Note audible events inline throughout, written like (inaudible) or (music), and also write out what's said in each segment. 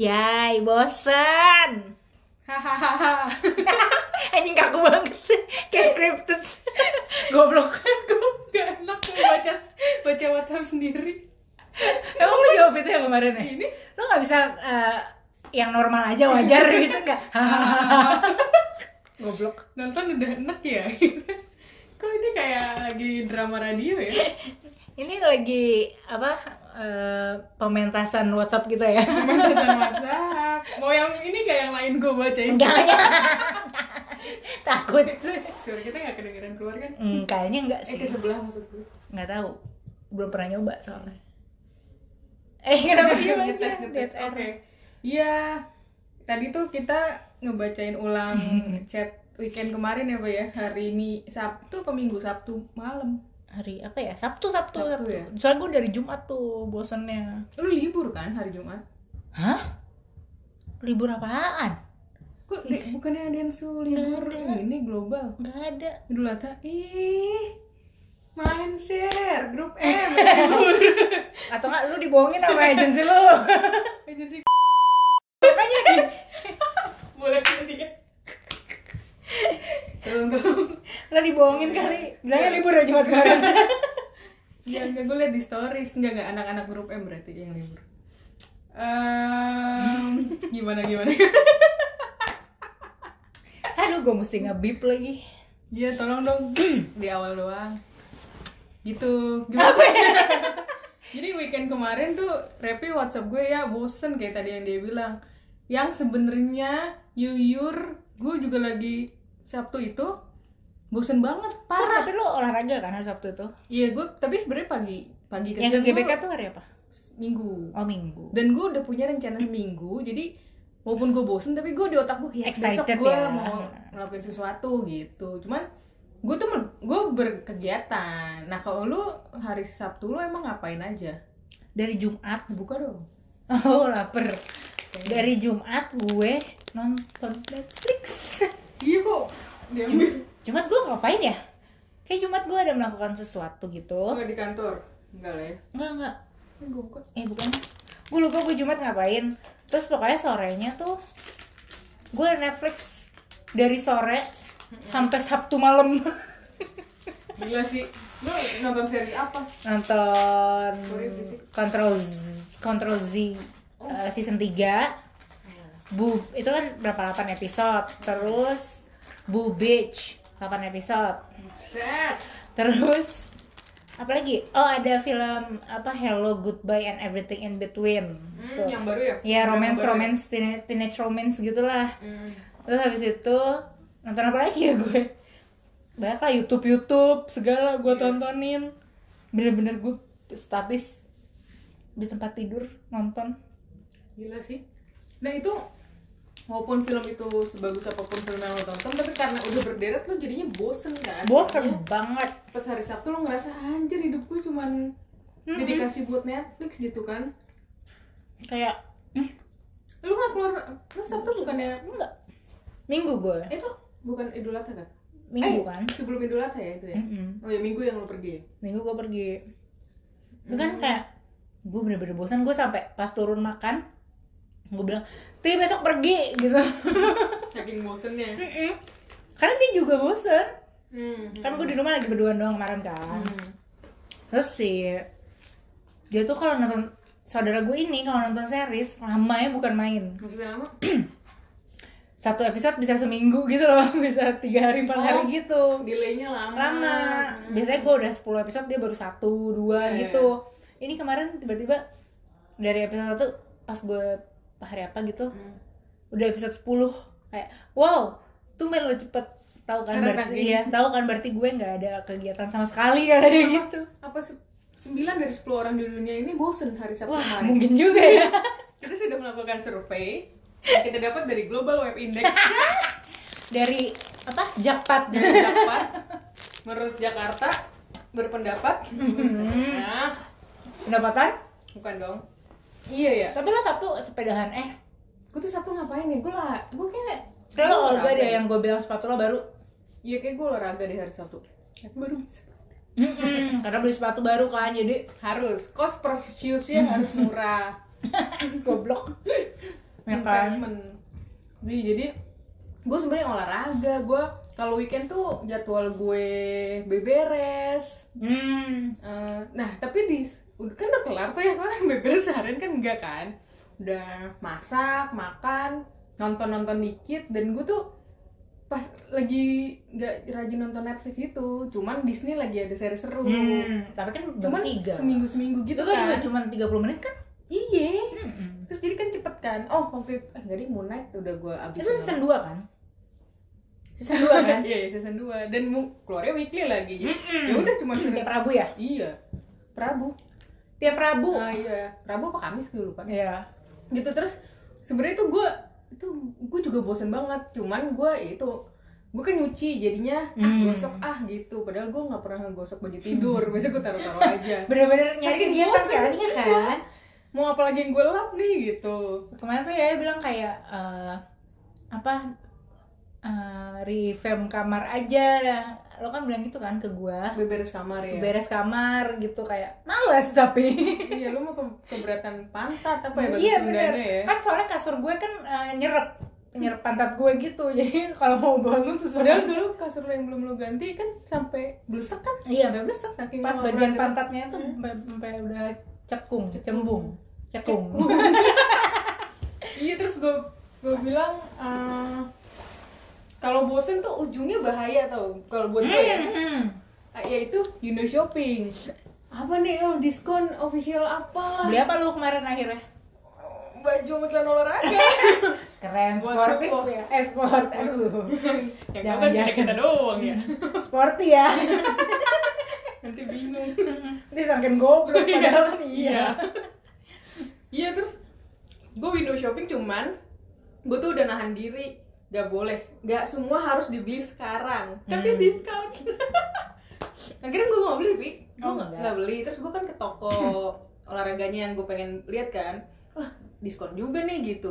Yay, bosen. hahaha Anjing kaku banget sih. Kayak scripted. (laughs) Goblok. gue gak enak gue baca baca WhatsApp sendiri Emang lu jawab itu yang kemarin ya? Ini. Lu gak bisa eh, yang normal aja (laughs) wajar gitu enggak? Goblok. nonton udah enak ya kok ini kayak lagi drama radio ya Ini lagi apa eh, pementasan WhatsApp kita (laughs) ya? Cuman pesan WhatsApp mau yang ini gak yang lain gue bacain Jangan jangan. (laughs) Takut. suara kita gak kedengeran keluar kan Hmm, kayaknya enggak eh sih. ke sebelah maksud gue nggak tahu belum pernah nyoba soalnya eh kenapa (laughs) dia lagi ngetes ngetes oke iya tadi tuh kita ngebacain (laughs) ulang chat weekend kemarin ya pak ya hari ini Sabtu apa Minggu Sabtu malam hari apa ya sabtu sabtu Sabtu sabtu, ya? soalnya gue dari jumat tuh bosennya lu libur kan hari Jumat hah libur apaan kok di- bukannya ada yang su libur Nggak ada. ini global nggak ada Idul Adha ih main share grup (laughs) M libur atau nggak lu dibohongin sama agensi (laughs) lu agensi (laughs) makanya boleh ketiga tolong tolong lu dibohongin kali Iya. bilangnya libur ya jumat kemarin Ya enggak gue liat di stories enggak enggak anak-anak grup M berarti yang libur. Ehm, (laughs) gimana gimana? (laughs) aduh gue mesti ngebip lagi Iya tolong (clears throat) dong di awal doang. Gitu. Gimana? ya? (laughs) Jadi weekend kemarin tuh Repi WhatsApp gue ya bosen kayak tadi yang dia bilang. Yang sebenarnya Yuyur gue juga lagi Sabtu itu bosen banget parah parah. tapi lu olahraga kan hari sabtu itu Iya gue tapi sebenarnya pagi pagi ke yang ke GBK tuh hari apa minggu. oh minggu dan gue udah punya rencana minggu jadi walaupun gue bosen tapi gue di otak gue yes, besok Excited gue ya." mau ngelakuin sesuatu gitu cuman gue tuh gue berkegiatan nah kalau lu hari Sabtu lu emang ngapain aja dari jumat (laughs) buka dong Oh lapar. Dari Jumat gue nonton Netflix. (laughs) iya kok diambil Jumat gue ngapain ya? Kayak Jumat gue ada melakukan sesuatu gitu. nggak di kantor enggak lah ya Enggak enggak. ini gue buka Eh bukan. Gue lupa gue Jumat ngapain. Terus pokoknya sorenya tuh gue Netflix dari sore sampai Sabtu malam (laughs) gila sih lu nonton seri apa nonton Sorry, berisik. Control Z, Control Z Oh. eh, season 3 Iya. Bu itu kan berapa 8 episode. Terus Bu Beach 8 episode. set Terus apalagi? Oh, ada film apa Hello Goodbye and Everything in Between. Hmm, Tuh. yang baru ya Ya romance Yang baru ya? romance teen- teenage romance gitulah. Hmm. Terus habis itu nonton apa lagi ya gue? Banyak lah YouTube YouTube segala gue tontonin. Bener-bener gue statis di tempat tidur nonton. Gila sih. Nah itu walaupun film itu sebagus apapun film yang lo tonton, tapi karena udah berderet lo jadinya bosen kan? Jadinya Bosen banget. Pas hari Sabtu lo ngerasa anjir hidup gue cuman dedikasi buat Netflix gitu kan? Kayak Lo nggak keluar, lo Sabtu bukannya eh, Enggak. Minggu gue. itu bukan Idul Adha kan? Minggu Eh, kan. Sebelum Idul Adha ya itu ya? Mm-mm. Oh ya minggu yang lo pergi (laughs) ya? Minggu gue pergi. Bukan kayak gue bener-bener bosan gue sampai pas turun makan gue bilang ti besok pergi gitu Saking bosennya. Mm-mm. karena dia juga bosan Hmm. kan gue di rumah lagi berduaan doang kemarin kan Hmm. terus si dia tuh kalau nonton saudara gue ini kalau nonton series lamanya bukan main Maksudnya apa? satu episode bisa seminggu gitu loh (laughs) bisa tiga hari empat Oh. hari gitu Delaynya lama. lama Hmm. biasanya gue udah 10 episode dia baru satu dua Iya, gitu ini kemarin tiba-tiba dari episode satu pas gue hari apa gitu Hmm. udah episode 10 kayak wow tumben lo cepet tahu kan Karena berarti saking- iya tahu kan berarti gue nggak ada kegiatan sama sekali kan kayak (laughs) gitu Apa se- 9 dari 10 orang di dunia ini bosen hari Sabtu wah kemarin? mungkin juga ya Kita sudah melakukan survei yang kita dapat dari Global Web Index (laughs) dari apa jakpat dan dapat menurut Jakarta berpendapat. Mm-hmm. Nah, pendapatan bukan dong. Iya ya. tapi lo sabtu sepedahan eh Gue tuh Sabtu ngapain ya? Gue lah, gue kayak kalau gua olahraga olahraga. ada ya? yang gue bilang sepatu lo baru Iya kayak gue olahraga di hari Sabtu. Baru Mm-mm, (laughs) karena beli sepatu baru kan jadi (laughs) harus cost per shoes-nya harus murah. goblok Ya kan? investment jadi Iya, jadi gue sebenarnya olahraga gue kalau weekend tuh jadwal gue beberes Hmm. Eh, nah tapi di udah- kan udah kelar tuh ya kan (laughs) beberes seharian kan enggak kan udah masak makan nonton nonton dikit dan gue tuh pas lagi nggak rajin nonton Netflix itu cuman Disney lagi ada seri seru Hmm. Tapi kan cuman cuman tiga. seminggu seminggu Itu gitu kan juga kan cuma 30 menit kan? iya Hmm. terus jadi kan cepet kan oh waktu itu eh, jadi Moon Knight udah gue abis Itu season 2 kan? season 2 (laughs) kan iya iya, season 2 dan mu keluarnya weekly lagi jadi Mm-mm. ya udah cuma Tiap season Rabu ya? iya Prabu Tiap Rabu. ah iya Prabu apa Kamis gue lupa Iya. gitu terus sebenarnya tuh gue itu gue juga bosen banget cuman gue ya itu gue kan nyuci jadinya ah Hmm. gosok ah gitu padahal gue nggak pernah gosok baju tidur (laughs) biasanya gue taruh-taruh aja Bener-bener nyari Saking kegiatan bosen, kan? Iya iya. kan? mau apalagi yang gue lap nih gitu Kemarin tuh Yaya bilang kayak eh, apa eh, revamp kamar aja. Lo kan bilang gitu kan ke gua. beberes kamar ya Beres kamar gitu kayak males tapi. iya lu mau ke- keberatan pantat (laughs) apa ya bahasa Iya bener, Sundanya ya kan soalnya kasur gue kan eh, nyerep nyerep pantat gue gitu (laughs) jadi kalau mau bangun tuh padahal sebenarnya dulu kasur lu yang belum lu ganti kan sampai blesek kan iya sampai blesek saking pas bagian lu nggak pernah Hmm. gerak. pantatnya itu sampai- sampai udah cekung cembung cekung (laughs) iya terus gue gue bilang eh, kalau bosen tuh ujungnya bahaya tau kalau buat gue ya Hmm. Ah, yaitu Yuno Shopping apa nih oh, diskon official apa beli apa lu kemarin akhirnya baju sama celana olahraga (laughs) keren Buat sportif support. ya eh sport (laughs) aduh Jangan, yang jangan kan jangan. kita doang ya sporty ya nanti bingung itu semakin goblok padahal kan iya iya iya terus gue window shopping cuman gue tuh udah nahan diri gak boleh gak semua harus dibeli sekarang tapi Hmm. diskon (laughs) akhirnya gue gak beli pi gue Oh, nggak enggak. nggak beli terus gue kan ke (clears throat) toko olahraganya yang gue pengen lihat kan wah diskon juga nih gitu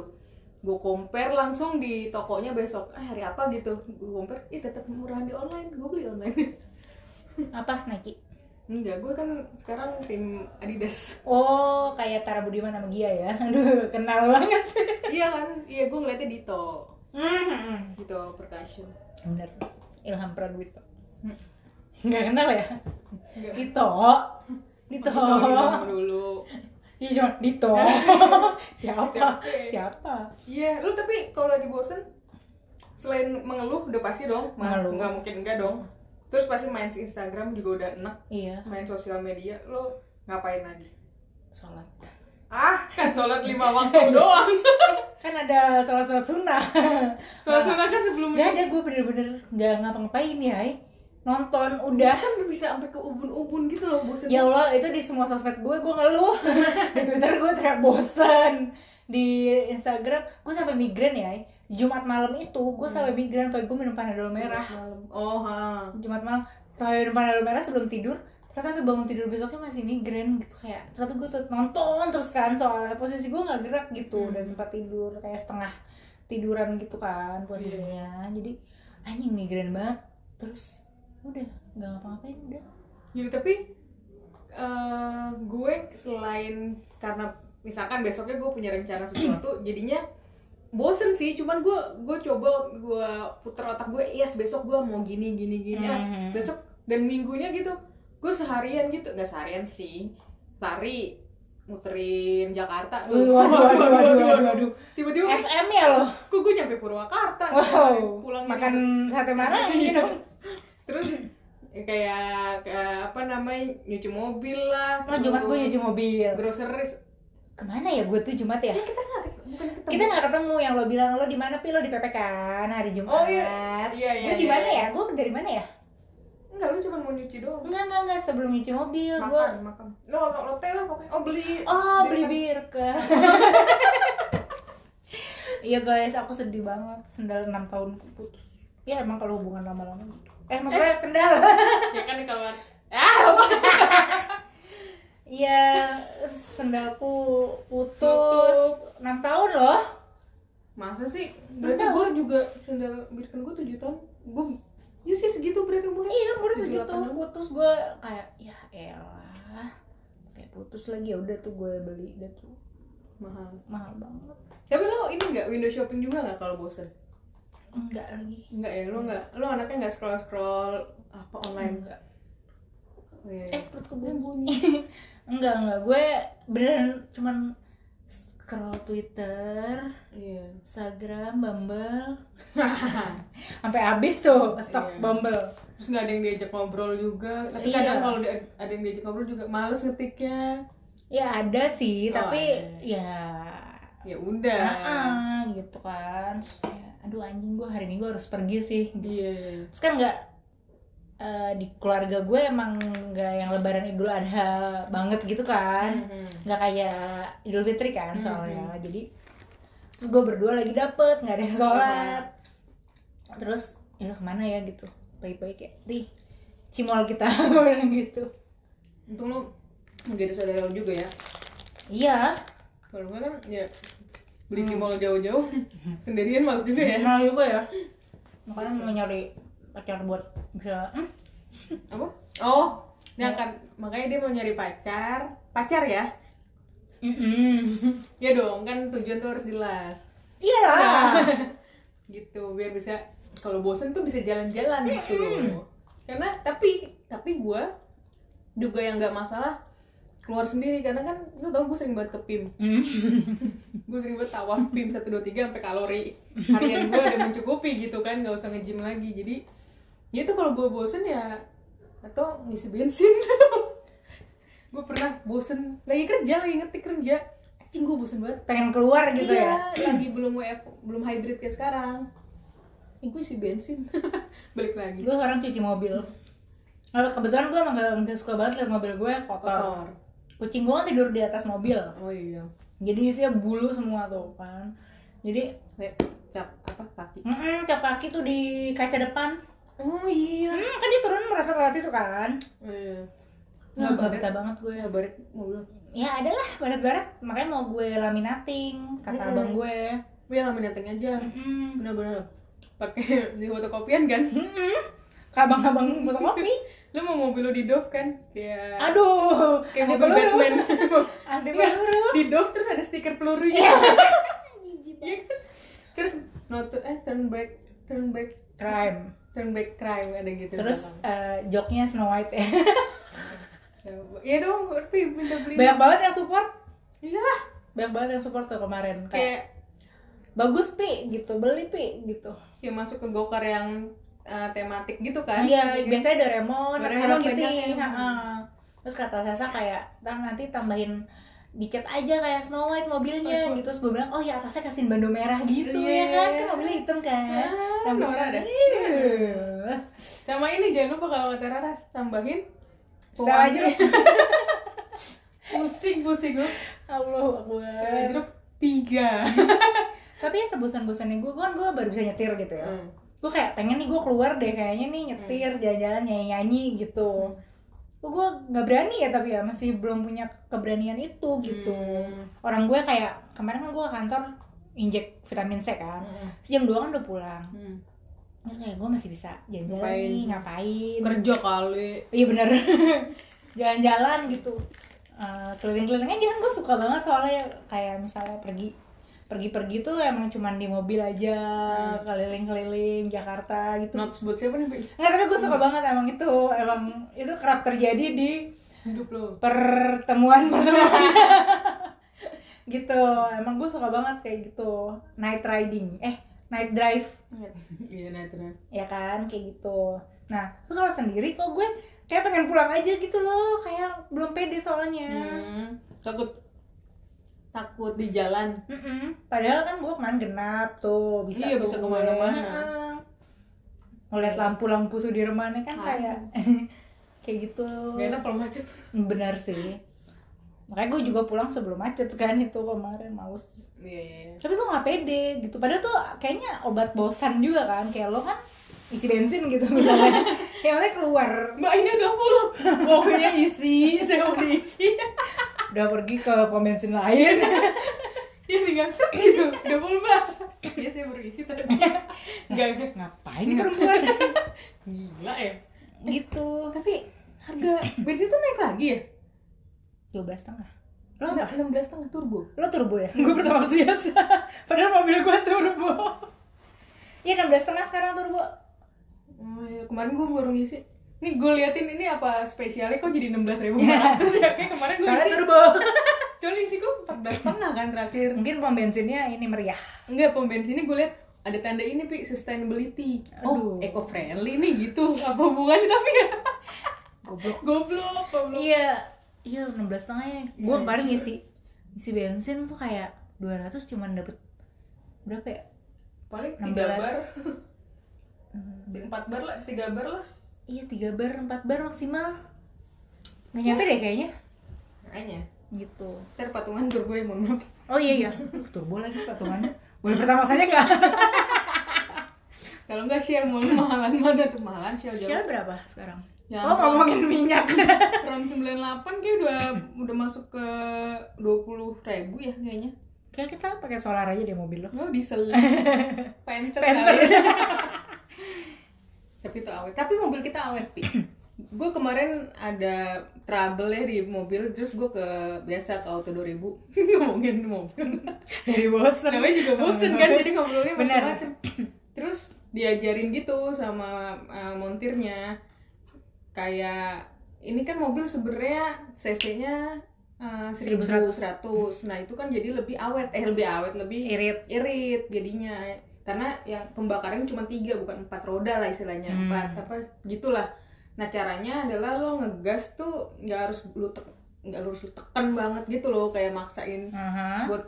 gue compare langsung di tokonya besok ah, hari apa gitu gue compare ih tetap murahan di online gue beli online (laughs) apa Nike enggak gue kan sekarang tim Adidas (laughs) oh kayak Tara Budiman sama Gia ya (laughs) aduh kenal banget iya kan iya gue ngeliatnya Dito Hmm. gitu percussion Bener. Ilham Pradwito. Mm. Nggak kenal ya? Nggak. Dito. Oh, Dito. dulu Iya cuma (laughs) Dito. Siapa? Siapa ya? Siapa? iya lu tapi kalau lagi bosen selain mengeluh udah pasti dong Ma- Mengeluh. nggak mungkin enggak dong terus pasti main Instagram juga udah enak Iya. main sosial media lu ngapain lagi Sholat. ah kan sholat lima (laughs) waktu doang Kan ada sholat-sholat sunnah. sholat sunat kan sebelum Gak ada gue bener-bener nggak ngapa-ngapain ya. Nonton Ya udah. kan lu bisa sampai ke ubun-ubun gitu loh bosen Ya Allah itu di semua sosmed gue gue ngeluh. (laughs) di Twitter gue teriak bosen. Di Instagram gue sampai migrain ya. Jumat malam itu gue sampai migrain sampai gue minum panadol merah. malam oh ha Jumat malam sampai depan air merah sebelum tidur ternyata sampai bangun tidur besoknya masih migrain gitu kayak tapi gue tetap nonton terus kan soalnya posisi gue nggak gerak gitu Hmm. dan tempat tidur kayak setengah tiduran gitu kan posisinya Iya. jadi anjing migrain banget terus udah nggak ngapa-ngapain udah Ya, tapi eh, gue selain karena misalkan besoknya gue punya rencana sesuatu, (clears throat) jadinya bosen sih. Cuman gue gue coba gue puter otak gue, yes besok gue mau gini gini gini. Ah, Mhm. Besok dan minggunya gitu, gue seharian gitu, nggak seharian sih, lari muterin Jakarta tuh. Waduh, waduh, waduh, waduh, waduh. Tiba-tiba, eh, FM ya loh kok gue nyampe Purwakarta? nih, wow pulang Iya. gini. makan sate marangi dong terus ya kayak, kayak apa namanya nyuci mobil lah oh Jumat gue nyuci mobil groceries kemana ya gue tuh Jumat ya kita nggak bukan ketemu kita nggak ketemu yang lo bilang lo di mana pi lo di PP kan hari Jumat Oh, iya. Iya, iya, gue di iya, mana iya. ya gue dari mana ya enggak lu cuma mau nyuci doang enggak enggak enggak sebelum nyuci mobil gue makan makan no no lote lah pokoknya oh beli oh beli beli bir ke (laughs) iya guys aku sedih banget sendal 6 tahun putus ya emang kalau hubungan lama-lama gitu. eh maksudnya sendal ya kan kalau ah apa? (laughs) iya sendalku putus Putus. 6 tahun loh masa sih berarti gue juga sendal birken gue tujuh tahun gue ya sih segitu berarti umurnya iya baru Tujuh, segitu delapan tahun. putus gue kayak ya elah kayak putus lagi ya udah tuh gue beli udah tuh mahal mahal banget tapi lo ini nggak window shopping juga nggak kalau bosen enggak lagi Enggak ya, lo nggak, lo anaknya nggak scroll scroll apa online enggak Oh, iya, eh iya. perut gue bunyi (laughs) enggak enggak gue beneran cuman scroll Twitter Iya. Instagram Bumble (laughs) sampai habis tuh stok Iya. Bumble Terus nggak ada yang diajak ngobrol juga. Tapi Iya. kadang kalau di- ada yang diajak ngobrol juga males ngetiknya. ya ada sih Oh, tapi ada. ya Ya udah. nah, gitu kan Terus ya, aduh anjing gue hari ini gue harus pergi sih Iya. iya. terus kan nggak eh, di keluarga gue emang nggak yang lebaran idul adha banget gitu kan Mhm. nggak kayak idul fitri kan Hmm, soalnya jadi terus gue berdua lagi dapet nggak ada yang sholat terus ya kemana ya gitu pagi-pagi kayak di cimol kita (laughs) orang gitu Untung lo menjadi saudara lo juga ya. iya Kalau gue kan ya beli Hmm. cimol (laughs) jauh-jauh sendirian males juga ya. kenal juga ya makanya mau nyari pacar buat bisa hmm? Apa? Oh, Ya. dia akan makanya dia mau nyari pacar. Pacar ya? Mm-mm. Ya dong, kan tujuan tuh harus jelas. iya lah gitu biar bisa kalau bosen tuh bisa jalan-jalan gitu loh karena tapi tapi gue juga yang nggak masalah keluar sendiri karena kan lu tau gue sering banget ke pim Hmm. gue sering banget tawaf pim satu dua tiga sampai kalori harian gue udah mencukupi gitu kan nggak usah nge-gym lagi jadi ya itu kalau gue bosen ya atau ngisi bensin (laughs) gue pernah bosen lagi kerja lagi ngetik kerja anjing gue bosen banget pengen keluar gitu ya iya, lagi belum WF, belum hybrid kayak sekarang. Ini gue isi bensin. (laughs) Balik lagi. gue orang cuci mobil Nah, kebetulan gue emang gak, gak suka banget liat mobil gue kotor. Kotor. Kucing gue kan tidur di atas mobil. Oh iya. Jadi isinya bulu semua tuh kan. Jadi, Kayak cap apa kaki. mm cap kaki tuh di kaca depan. Oh iya. Hmm, kan dia turun merasa telat itu kan. Oh, iya. Nggak Nah, betah banget gue. Ya baret mobil. Ya adalah barat-barat. Makanya mau gue laminating, kata Mm-mm. abang gue. Ya laminating aja. Mm-mm. Bener-bener. Pakai (laughs) di fotokopian kan. Mm-mm. Ke abang-abang fotokopi. (laughs) Lu mau mobil lu di Dove kan? Kayak Aduh, anti kayak Iya. mobil peluru. (laughs) Batman. Anti Enggak, peluru. di Dove terus ada stiker pelurunya. (laughs) Iya kan? Terus not eh turn back turn back Crime. turn back crime ada gitu Terus eh, joknya Snow White (laughs) ya. Iya dong, tapi minta beli. Banyak banget yang support. Iyalah, Banyak banget yang support tuh kemarin. Kayak kayak bagus Pi gitu, beli Pi gitu. ya masuk ke gokar yang uh, tematik gitu kan? Iya, Jadi, biasanya Doraemon, ada Doraemon Hello banyak Kitty. yang- gitu. heeh. Terus kata Sasa kayak, "Tah nanti tambahin dicat aja kayak Snow White mobilnya." Aduh. Gitu. Terus gue bilang, "Oh ya atasnya kasihin bando merah gitu Iya. ya kan? Kan mobilnya hitam kan." Ah, Rambut- Nora dah. Iya. Sama ini jangan lupa kalau kata Rara tambahin Setel aja. (laughs) pusing pusing lu. Allah Setelah Akbar. jeruk tiga. Tapi ya sebosan-bosannya gue, gue kan gue baru bisa nyetir gitu ya. Hmm. gue kayak pengen nih gue keluar deh kayaknya nih nyetir jalan-jalan nyanyi-nyanyi Hmm. gitu gue nggak berani ya tapi ya masih belum punya keberanian itu gitu Hmm. orang gue kayak kemarin kan gue ke kantor injek vitamin C kan Hmm. Terus jam 2 kan udah pulang Hmm. terus kayak gue masih bisa jalan-jalan Ngapain? nih ngapain Kerja kali. iya bener (laughs) jalan-jalan gitu Eh, keliling-keliling aja kan gue suka banget soalnya kayak misalnya pergi pergi-pergi tuh emang cuman di mobil aja keliling-keliling Jakarta gitu Not buat siapa nih? Bi? Nggak, tapi gue suka banget emang itu Emang itu kerap terjadi di Hidup lo. (laughs) pertemuan-pertemuan Gitu, emang gue suka banget kayak gitu Night riding, eh night drive Iya nah itu nah. Ya kan, kayak gitu Nah, tapi kalau sendiri kok gue kayak pengen pulang aja gitu loh Kayak belum pede soalnya Hmm. Takut takut di jalan. Mm-mm. Padahal kan gue kemarin genap tuh bisa Iya, tuh bisa gue. kemana-mana. Iya. Heeh. Ngeliat lampu-lampu Sudirmannya kan Ah. kayak (laughs) kayak gitu Gak enak kalau macet. Benar sih. Makanya gue juga pulang sebelum macet kan itu kemarin males. Iya iya. iya. Tapi gue nggak pede gitu. Padahal tuh kayaknya obat bosan juga kan. Kayak lo kan isi bensin gitu (laughs) misalnya. Kayak maksudnya keluar. Mbak ini udah full Pokoknya isi Saya mau diisi Udah pergi ke pom bensin (laughs) lain. Ya tinggal set gitu Udah full mbak Iya saya baru isi tadi Gak Ngapain nih perempuan? Gila ya (laughs) gitu. Tapi harga bensin tuh naik lagi ya? 12 setengah. Lo apa? enam belas setengah turbo Lo turbo ya? Gue Pertamax (laughs) biasa. Padahal mobil gue turbo. Iya 16 setengah sekarang turbo. Oh, iya. kemarin gue baru ngisi ini gue liatin ini apa spesialnya kok jadi enam belas ribu ya kayak kemarin gue Soalnya ngisi turbo. (laughs) soalnya isi gue empat belas setengah kan terakhir Mungkin pom bensinnya ini meriah. Enggak, pom bensin ini gue liat ada tanda ini, Pi, sustainability. Aduh. Oh, eco-friendly nih gitu. Apa hubungannya tapi ya? Goblok. Goblok, goblok. Iya, iya 16 setengah ya. Gue kemarin ngisi ngisi bensin tuh kayak 200 cuman dapet berapa ya? Paling 3 16. bar, Hmm, 4 bar lah, 3 bar lah. Iya 3 bar, 4 bar maksimal. Nggak nyampe deh kayaknya. Makanya, Gitu. ntar patungan tur gue, mohon maaf. Oh iya iya. Uh, turbo lagi patungannya. Boleh pertama saja nggak? Kalau nggak share mulu mahalan mana tuh mahalan share jauh. Shell berapa sekarang? Ya oh, mau makin minyak. Ron 98 kayak udah udah masuk ke 20 ribu ya kayaknya. (laughs) Kayak kita pakai solar aja deh mobil lo. Oh, (laughs) diesel. Panther. Panther. kali. (laughs) Tapi itu awet. Tapi mobil kita awet, Pi. gue kemarin ada trouble ya di mobil, terus gue ke biasa ke Auto 2000 (laughs) ngomongin mobil. Dari bosen. Namanya juga bosen kan, jadi ngobrolnya Benar. macam-macam. Terus diajarin gitu sama eh, montirnya, kayak ini kan mobil sebenarnya CC-nya eh, 1100. 1100. Nah, itu kan jadi lebih awet, eh lebih awet, lebih irit. irit jadinya karena yang pembakaran cuma tiga bukan empat roda lah istilahnya Hmm. empat apa gitulah nah caranya adalah lo ngegas tuh nggak harus lu tek- nggak harus lu tekan banget gitu loh kayak maksain Aha. buat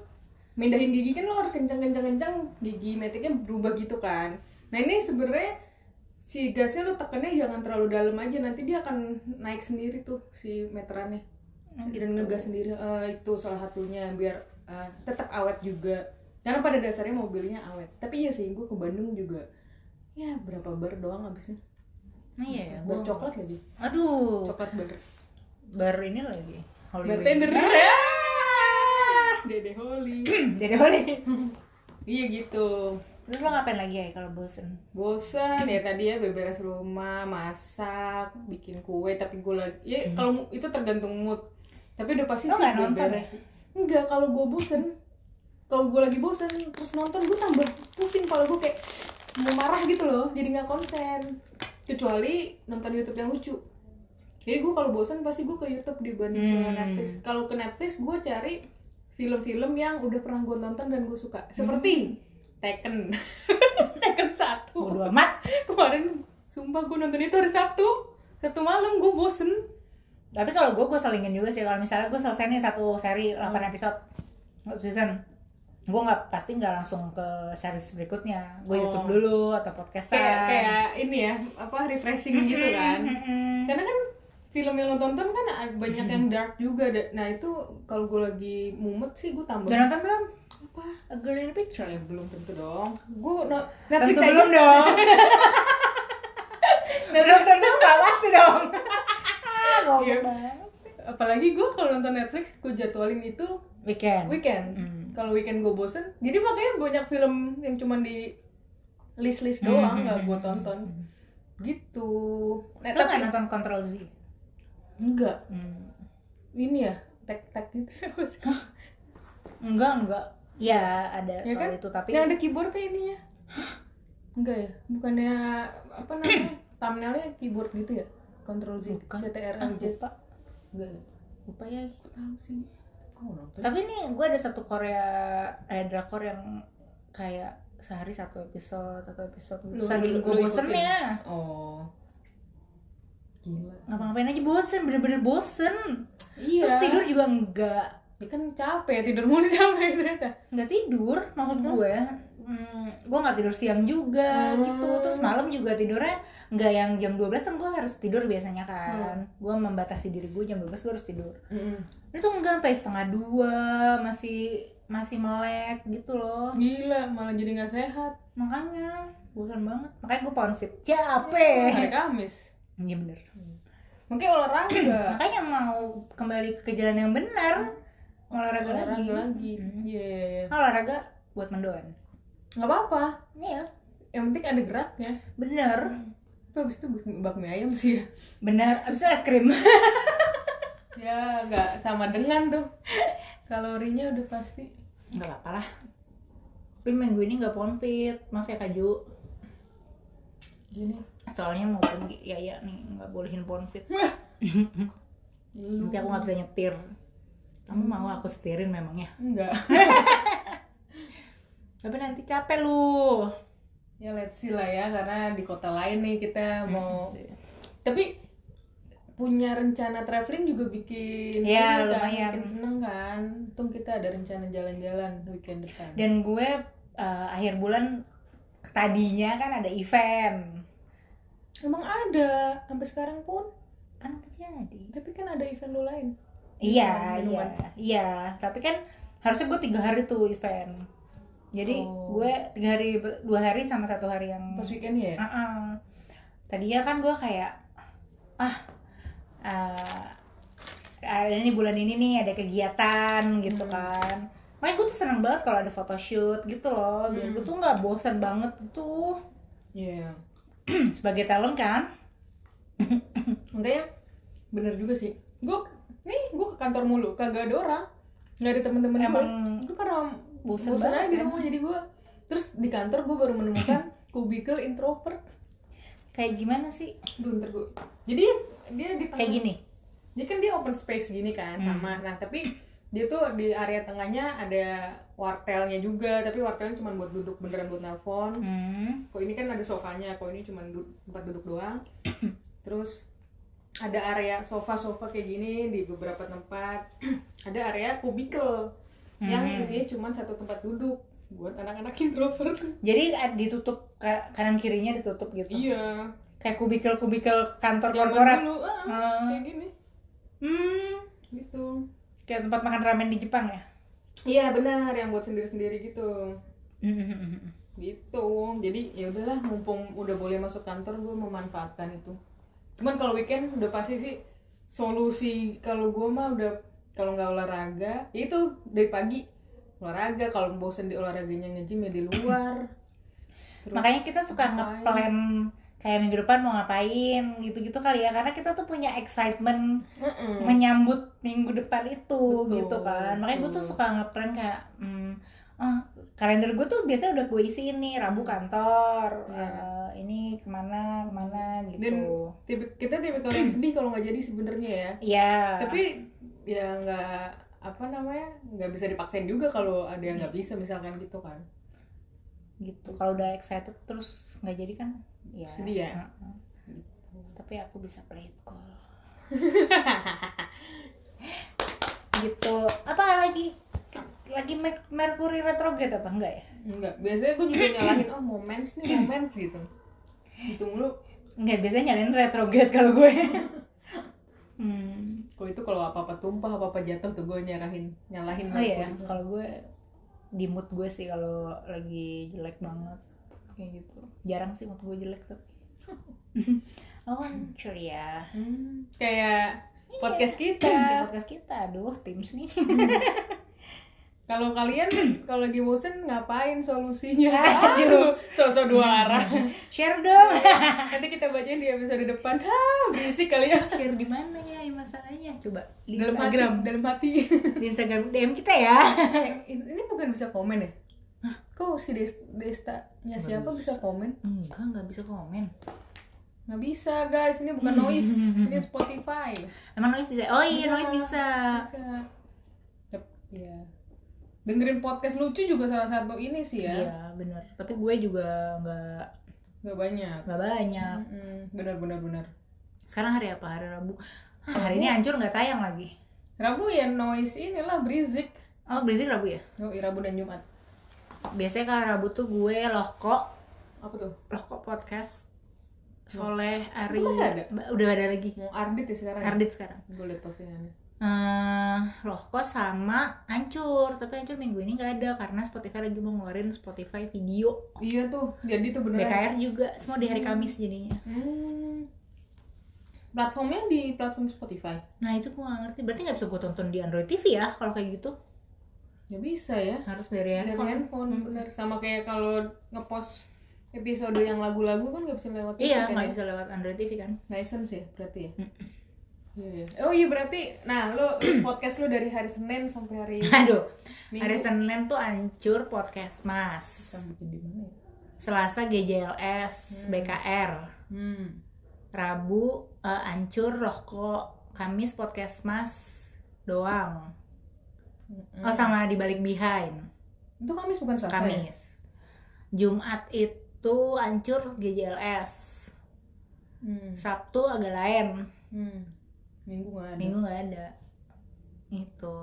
mindahin gigi kan lo harus kencang kencang kencang gigi metiknya berubah gitu kan nah ini sebenarnya si gasnya lo tekannya jangan terlalu dalam aja nanti dia akan naik sendiri tuh si meterannya dan ngegas sendiri eh, itu salah satunya biar eh, tetap awet juga karena pada dasarnya mobilnya awet tapi iya sih gue ke Bandung juga ya berapa bar doang abisnya Nah, iya ya. bar gua- coklat lagi Aduh. coklat bar Bar ini lagi. Holy bar Wing. tender ya dede holy Hmm, Jadi holy. iya gitu (laughs) Terus lo ngapain lagi ya kalau bosen? bosan ya tadi ya beberes rumah masak bikin kue tapi gue lagi ya kalau itu tergantung mood tapi udah pasti Hmm. Lo sih nggak nonton ya? beberes. enggak kalau gue bosen kalau gue lagi bosen terus nonton gue tambah pusing kalau gue kayak mau marah gitu loh jadi nggak konsen kecuali nonton YouTube yang lucu jadi gue kalau bosen pasti gue ke YouTube dibanding ke Hmm. Netflix kalau ke Netflix gue cari film-film yang udah pernah gue tonton dan gue suka seperti Tekken (laughs) Tekken satu Bodo amat. kemarin sumpah gue nonton itu hari Sabtu Sabtu malam gue bosen Tapi kalau gue, gue selingin juga sih. Kalau misalnya gue selesai nih satu seri Hmm. 8 episode. satu season. Gue nggak pasti nggak langsung ke series berikutnya. Gue Oh. YouTube dulu atau podcastan. kayak kayak ini ya apa refreshing Hmm, gitu kan Mm-mm. karena kan film yang lo tonton kan a- banyak yang Mm-hmm. dark juga da- nah itu kalau gue lagi mumet sih gue tambah Udah nonton belum? apa A Girl in a Picture. Eh, belum tentu dong gue no- Netflix Tentu aja belum (laughs) dong. belum tentu nggak pasti dong. (laughs) Ah, ngomong Iya. banget. apalagi gue kalau nonton Netflix gue jadwalin itu Weekend. weekend Hmm. kalau weekend gue bosen jadi makanya banyak film yang cuman di list list Hmm. doang nggak gue tonton gitu nah, Lo nggak nonton Control Z? enggak Hmm. ini ya tek tek gitu Enggak, enggak. Ya, ada ya soal kan itu tapi yang ada keyboardnya ininya enggak ya bukannya apa namanya thumbnailnya keyboard gitu ya Ctrl Z Bukan. CTRL Ah, Z lupa. enggak Kan? ya Lupa ya. aku tahu sih Kok nggak nonton? Tapi ini gue ada satu Korea eh drakor yang kayak sehari satu episode, satu episode gitu. Lu- Saking lu- gue lu bosen ikutin? ya. oh gila Ngapa-ngapain aja bosen, bener-bener bosen. iya Terus tidur juga enggak ya kan capek tidur mulu (laughs) capek ternyata nggak tidur maksud gue hmm, gue nggak tidur siang juga Hmm. gitu terus malam juga tidurnya nggak yang jam 12 kan gue harus tidur biasanya kan gue membatasi diri gue jam 12 gue harus tidur itu enggak sampai setengah dua masih masih melek gitu loh gila malah jadi nggak sehat makanya bosan banget makanya gue pound fit capek hari Kamis iya bener mungkin olahraga makanya mau kembali ke jalan yang benar olahraga, lagi, lagi Hmm. iya iya iya. olahraga buat mendoan nggak apa-apa iya Hmm. yang penting ada geraknya bener tapi abis itu bakmi ayam sih ya bener abis itu es krim ya nggak sama dengan tuh kalorinya udah pasti (laughs) nggak apa-apa lah tapi minggu ini nggak ponfit maaf ya kak Ju gini soalnya mau pergi ya ya nih nggak bolehin ponfit lu nanti aku nggak bisa nyetir kamu mau aku setirin memangnya enggak (laughs) tapi nanti capek lu ya let's see lah ya karena di kota lain nih kita mau Hmm, Iya. tapi punya rencana traveling juga Ya, bikin ini kan, lumayan. bikin seneng kan untung kita ada rencana jalan-jalan weekend depan dan gue eh, akhir bulan tadinya kan ada event emang ada sampai sekarang pun kan nggak jadi tapi kan ada event lu lain Iya, iya, Minuman. iya. Tapi kan harusnya gue tiga hari tuh event. Jadi Oh. gue tiga hari, ber- dua hari sama satu hari yang. pas weekend ya Heeh. Tadinya kan gue kayak ah eh, ada nih bulan ini nih ada kegiatan gitu Hmm. kan. Makanya gue tuh seneng banget kalau ada photoshoot gitu loh. Biar Hmm. gue tuh nggak bosan banget gitu. Iya. (clears throat) Sebagai talent kan. Makanya bener juga sih. Gue nih gue ke kantor mulu, kagak ada orang, nggak ada temen-temen gue. Emang Gue karena bosen bosan banget aja di kan. rumah jadi gue. Terus di kantor gue baru (laughs) menemukan kubikel introvert. kayak gimana sih? Duh, ntar gue. Jadi dia di tengah. Kayak gini. Hmm. Jadi kan dia open space gini kan sama. Nah tapi dia tuh di area tengahnya ada wartelnya juga, tapi wartelnya cuma buat duduk beneran buat nelpon. Hmm. Kok ini kan ada sofanya, kok ini cuma du- tempat duduk doang. Terus ada area sofa-sofa kayak gini di beberapa tempat. (coughs) ada area kubikel yang isinya cuma satu tempat duduk buat anak-anak introvert. Jadi ad- ditutup ka- kanan kirinya ditutup gitu. iya. kayak kubikel-kubikel kantor Zaman korporat dulu, ah, Ah. kayak gini hmm gitu. kayak tempat makan ramen di Jepang ya Iya benar, yang buat sendiri-sendiri gitu. Gitu. Jadi ya udahlah mumpung udah boleh masuk kantor gue memanfaatkan itu. Cuman kalau weekend udah pasti sih solusi kalau gue mah udah kalau nggak olahraga ya itu dari pagi olahraga kalau bosen di olahraganya nge-gym ya di luar Terus- makanya kita suka Ngapain? ngeplan kayak minggu depan mau ngapain gitu-gitu kali ya karena kita tuh punya excitement Mm-mm. menyambut minggu depan itu Hmm. Betul, gitu kan makanya gue tuh betul. suka ngeplan kayak hmm, ah, kalender gue tuh biasanya udah gue isiin nih Rabu kantor Iya. eh, ini kemana kemana dan gitu tipi- kita tipikal yang sedih kalau nggak jadi sebenarnya ya ya tapi ya nggak apa namanya nggak bisa dipaksain juga kalau ada yang nggak bisa misalkan gitu kan gitu kalau udah excited terus nggak jadi kan ya Sedih ya? Gitu. heeh. tapi aku bisa play it call (laughs) gitu apa lagi lagi Mer- Mercury retrograde apa enggak ya Enggak, biasanya gue juga nyalahin, oh mau mens nih, mau mens gitu Gitu mulu, enggak biasanya nyalain retrograde kalau gue (laughs) hmm. kalau itu kalau apa-apa tumpah, apa-apa jatuh tuh gue nyarahin, nyalahin gitu. oh iya Mercury. kalau gue di mood gue sih kalau lagi jelek banget kayak gitu jarang sih mood gue jelek (laughs) tapi oh kan ceria Hmm, Kayak podcast Kayak kita podcast kita aduh teams nih (laughs) Kalau kalian, kalau lagi bosen ngapain solusinya? (laughs) Aduh. Aduh, sosok dua arah share (laughs) dong Nanti kita bacain di episode depan, ha berisik kali ya share di mana ya masalahnya coba di Dalam hati, Instagram dalam hati (laughs) di Instagram DM kita ya Ini bukan bisa komen ya? Kok si Des- Desta-nya siapa bisa komen? enggak nggak bisa komen Nggak bisa guys, ini Hmm. bukan (laughs) noise, ini Spotify. emang noise bisa oh iya noise bisa Bisa. Yep, iya. Dengerin podcast lucu juga salah satu ini sih ya. iya bener tapi gue juga nggak Nggak banyak. nggak banyak Mm-mm, Benar benar benar. sekarang hari apa hari Rabu Hah, hari ini hancur nggak tayang lagi Rabu ya noise inilah berisik. oh berisik Rabu ya Oh, iya, Rabu dan Jumat. biasanya kalau Rabu tuh gue lohko Apa tuh? lohko podcast Soleh Ari Itu masih ada? Ba- udah ada lagi Mau Ardit ya sekarang. Ya? Ardit sekarang Gue liat postingannya. eh Lohko sama Ancur Tapi Ancur minggu ini nggak ada Karena Spotify lagi mau ngeluarin Spotify video Iya tuh, jadi tuh beneran. BKR juga Semua di hari Kamis jadinya Hmm. Platformnya di platform Spotify. Nah itu gue nggak ngerti Berarti nggak bisa gue tonton di Android TV ya Kalau kayak gitu Ya bisa ya. Harus dari dari handphone handphone bener sama kayak kalau ngepost episode yang lagu-lagu kan nggak bisa lewat Iya itu kan nggak ya? bisa lewat Android TV kan license ya berarti ya Iya, iya. Oh iya berarti, nah lu, lu podcast lu dari hari Senin sampai hari (laughs) Aduh, Minggu. (laughs) hari Senin tuh hancur podcast mas. Kita bikin di mana ya? Selasa GJLS, BKR. Hmm. Rabu eh, hancur rokok. Kamis podcast mas doang. Mm-mm. Oh sama di balik behind. Itu Kamis bukan Selasa ya? Kamis. Jumat itu hancur GJLS. Hmm. Sabtu agak lain. Hmm. Minggu nggak ada. Minggu nggak ada. Itu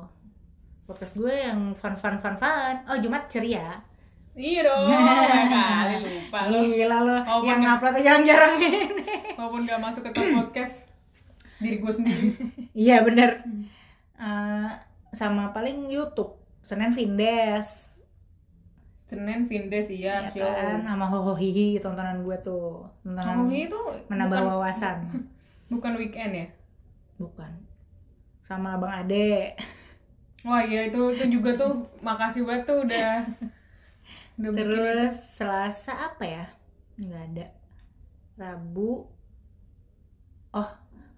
podcast gue yang fun fun fun fun. Oh Jumat ceria. Iya (laughs) dong, banyak kali lupa lu. Gila lo, Oh, yang podcast- uploadnya jarang-jarang (laughs) ini. Walaupun gak masuk ke top podcast diri gue sendiri. (laughs) Iya bener. Eh, sama paling YouTube Senin Vindes. Senin Vindes Ya, iya, show. kan? sama Hohohihi tontonan gue tuh tontonan Oh, itu kan. menambah bukan, (laughs) wawasan bukan weekend ya? bukan sama Bang Ade Wah iya itu itu juga tuh makasih banget tuh udah udah bikin Terus Selasa apa ya? Nggak ada. Rabu. Oh,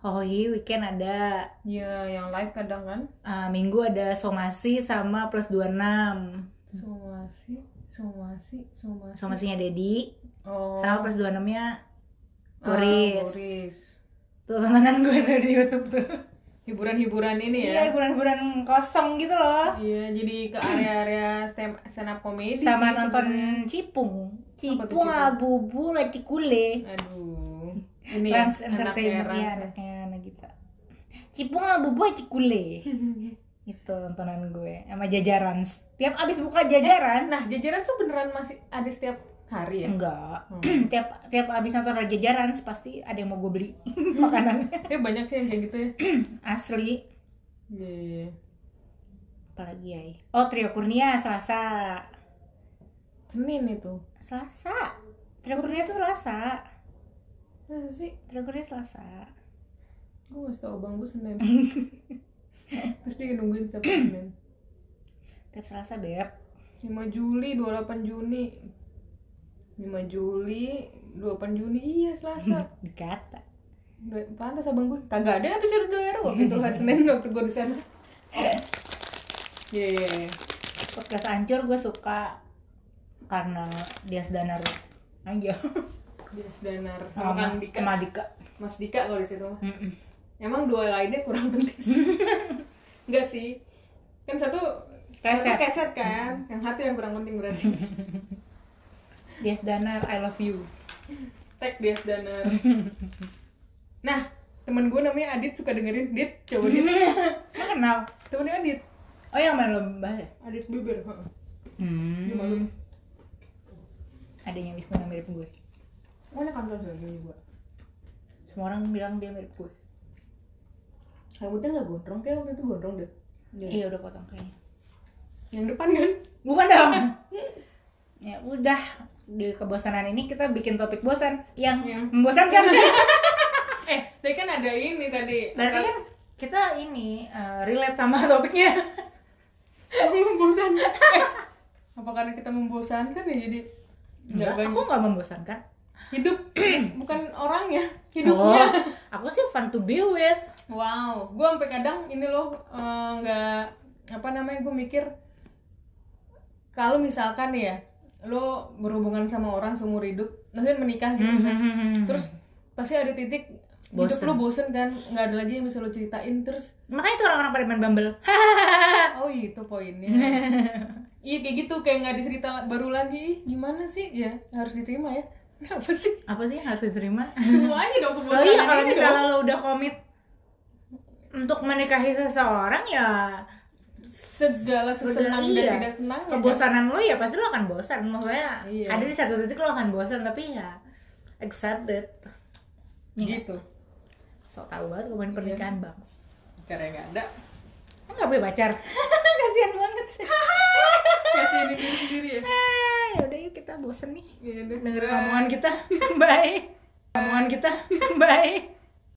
Hohoi weekend ada. ya yang live kadang kan Eh, minggu ada somasi sama plus 26. somasi somasi somasi Somasinya Dedi oh sama plus 26-nya Ah, Boris. Boris. Tuh tontonan gue tuh di YouTube tuh. hiburan-hiburan ini ya Iya, hiburan-hiburan kosong gitu loh. Iya, jadi ke area-area stand, stand up comedy Sama Iya sih nonton sebenarnya. Cipung. Apa tuh Cipung Cipung? abubu leci kule. aduh ini ya, Trans anak Entertainment era ya sih. anaknya Nagita. Cipung abubu leci kule. itu Gitu tontonan gue sama jajaran tiap abis buka jajaran nah jajaran tuh beneran masih ada setiap hari ya enggak (clears throat) Hmm. tiap tiap abis nonton jajaran pasti ada yang mau gue beli (laughs) makanannya eh banyak sih yang kayak gitu ya asli Iya, iya, iya. apalagi ya oh Trio Kurnia Selasa Senin itu Selasa Trio Kurnia itu Selasa masa sih Trio Kurnia Selasa gue masih tau abang gue (laughs) Senin terus dia nungguin setiap hari Senin tiap Selasa beb 5 Juli 28 Juni 5 Juli 28 Juni iya Selasa (laughs) dikata Dua- pantas abang gue kagak ada episode baru waktu itu hari Senin waktu gue di sana iya iya iya. podcast hancur gue suka karena dia sedanar aja Dias Danar sama sama Kang Dika sama Dika Mas Dika kalau di situ mah Mm-mm. emang dua lainnya kurang penting (laughs) sih enggak sih kan satu Keset. satu keset kan yang satu yang kurang penting berarti dia sedanar I love you tag Dias Danar nah temen gue namanya Adit suka dengerin Dit coba Dit Lo kenal temennya Adit oh yang main lomba ya Adit Bieber heeh. Cuma lu. Hmm. Adanya Wisnu yang mirip gue. mana kantor suami gue Semua orang bilang dia mirip gue. rambutnya nggak gondrong kayak waktu itu gondrong deh Iya udah potong kayaknya. yang depan kan Bukan dong. (laughs) ya udah di kebosanan ini kita bikin topik bosan yang Iya. (laughs) membosankan. eh tadi kan ada ini tadi Berarti kan kita ini eh, relate sama topiknya. membosankan eh, apa karena kita membosankan ya jadi nggak Enggak, banyak aku nggak membosankan. hidup (clears throat) bukan orangnya Oh, hidupnya aku sih fun to be with. wow gue sampai kadang ini loh eh, nggak apa namanya gue mikir kalau misalkan nih ya lo berhubungan sama orang seumur hidup maksudnya menikah gitu terus pasti ada titik hidup Mhm. Bosen. lu bosen kan nggak ada lagi yang bisa lu ceritain terus makanya itu orang-orang pada main Bumble. oh itu (laughs) poinnya iya kayak gitu kayak nggak dicerita baru lagi gimana sih ya harus diterima ya (laughs) apa sih Apa sih yang harus diterima? semuanya (laughs) dong Lo iya kalau kebosanan ini dong misalnya lo udah komit untuk menikahi seseorang ya segala sesenang dan Iya. tidak senang ya kan? kebosanan lo ya pasti lo akan bosan maksudnya Iya. ada di satu titik lo akan bosan tapi ya accept it Iya. gitu so tau banget gue Iya. main pernikahan bang cara nggak ada lo gak punya (laughs) pacar kasihan banget kasihin diri sendiri ya Ah, ya udah yuk kita (laughs) bosan nih Iya, udah. (laughs) dengerin omongan kita bye omongan kita bye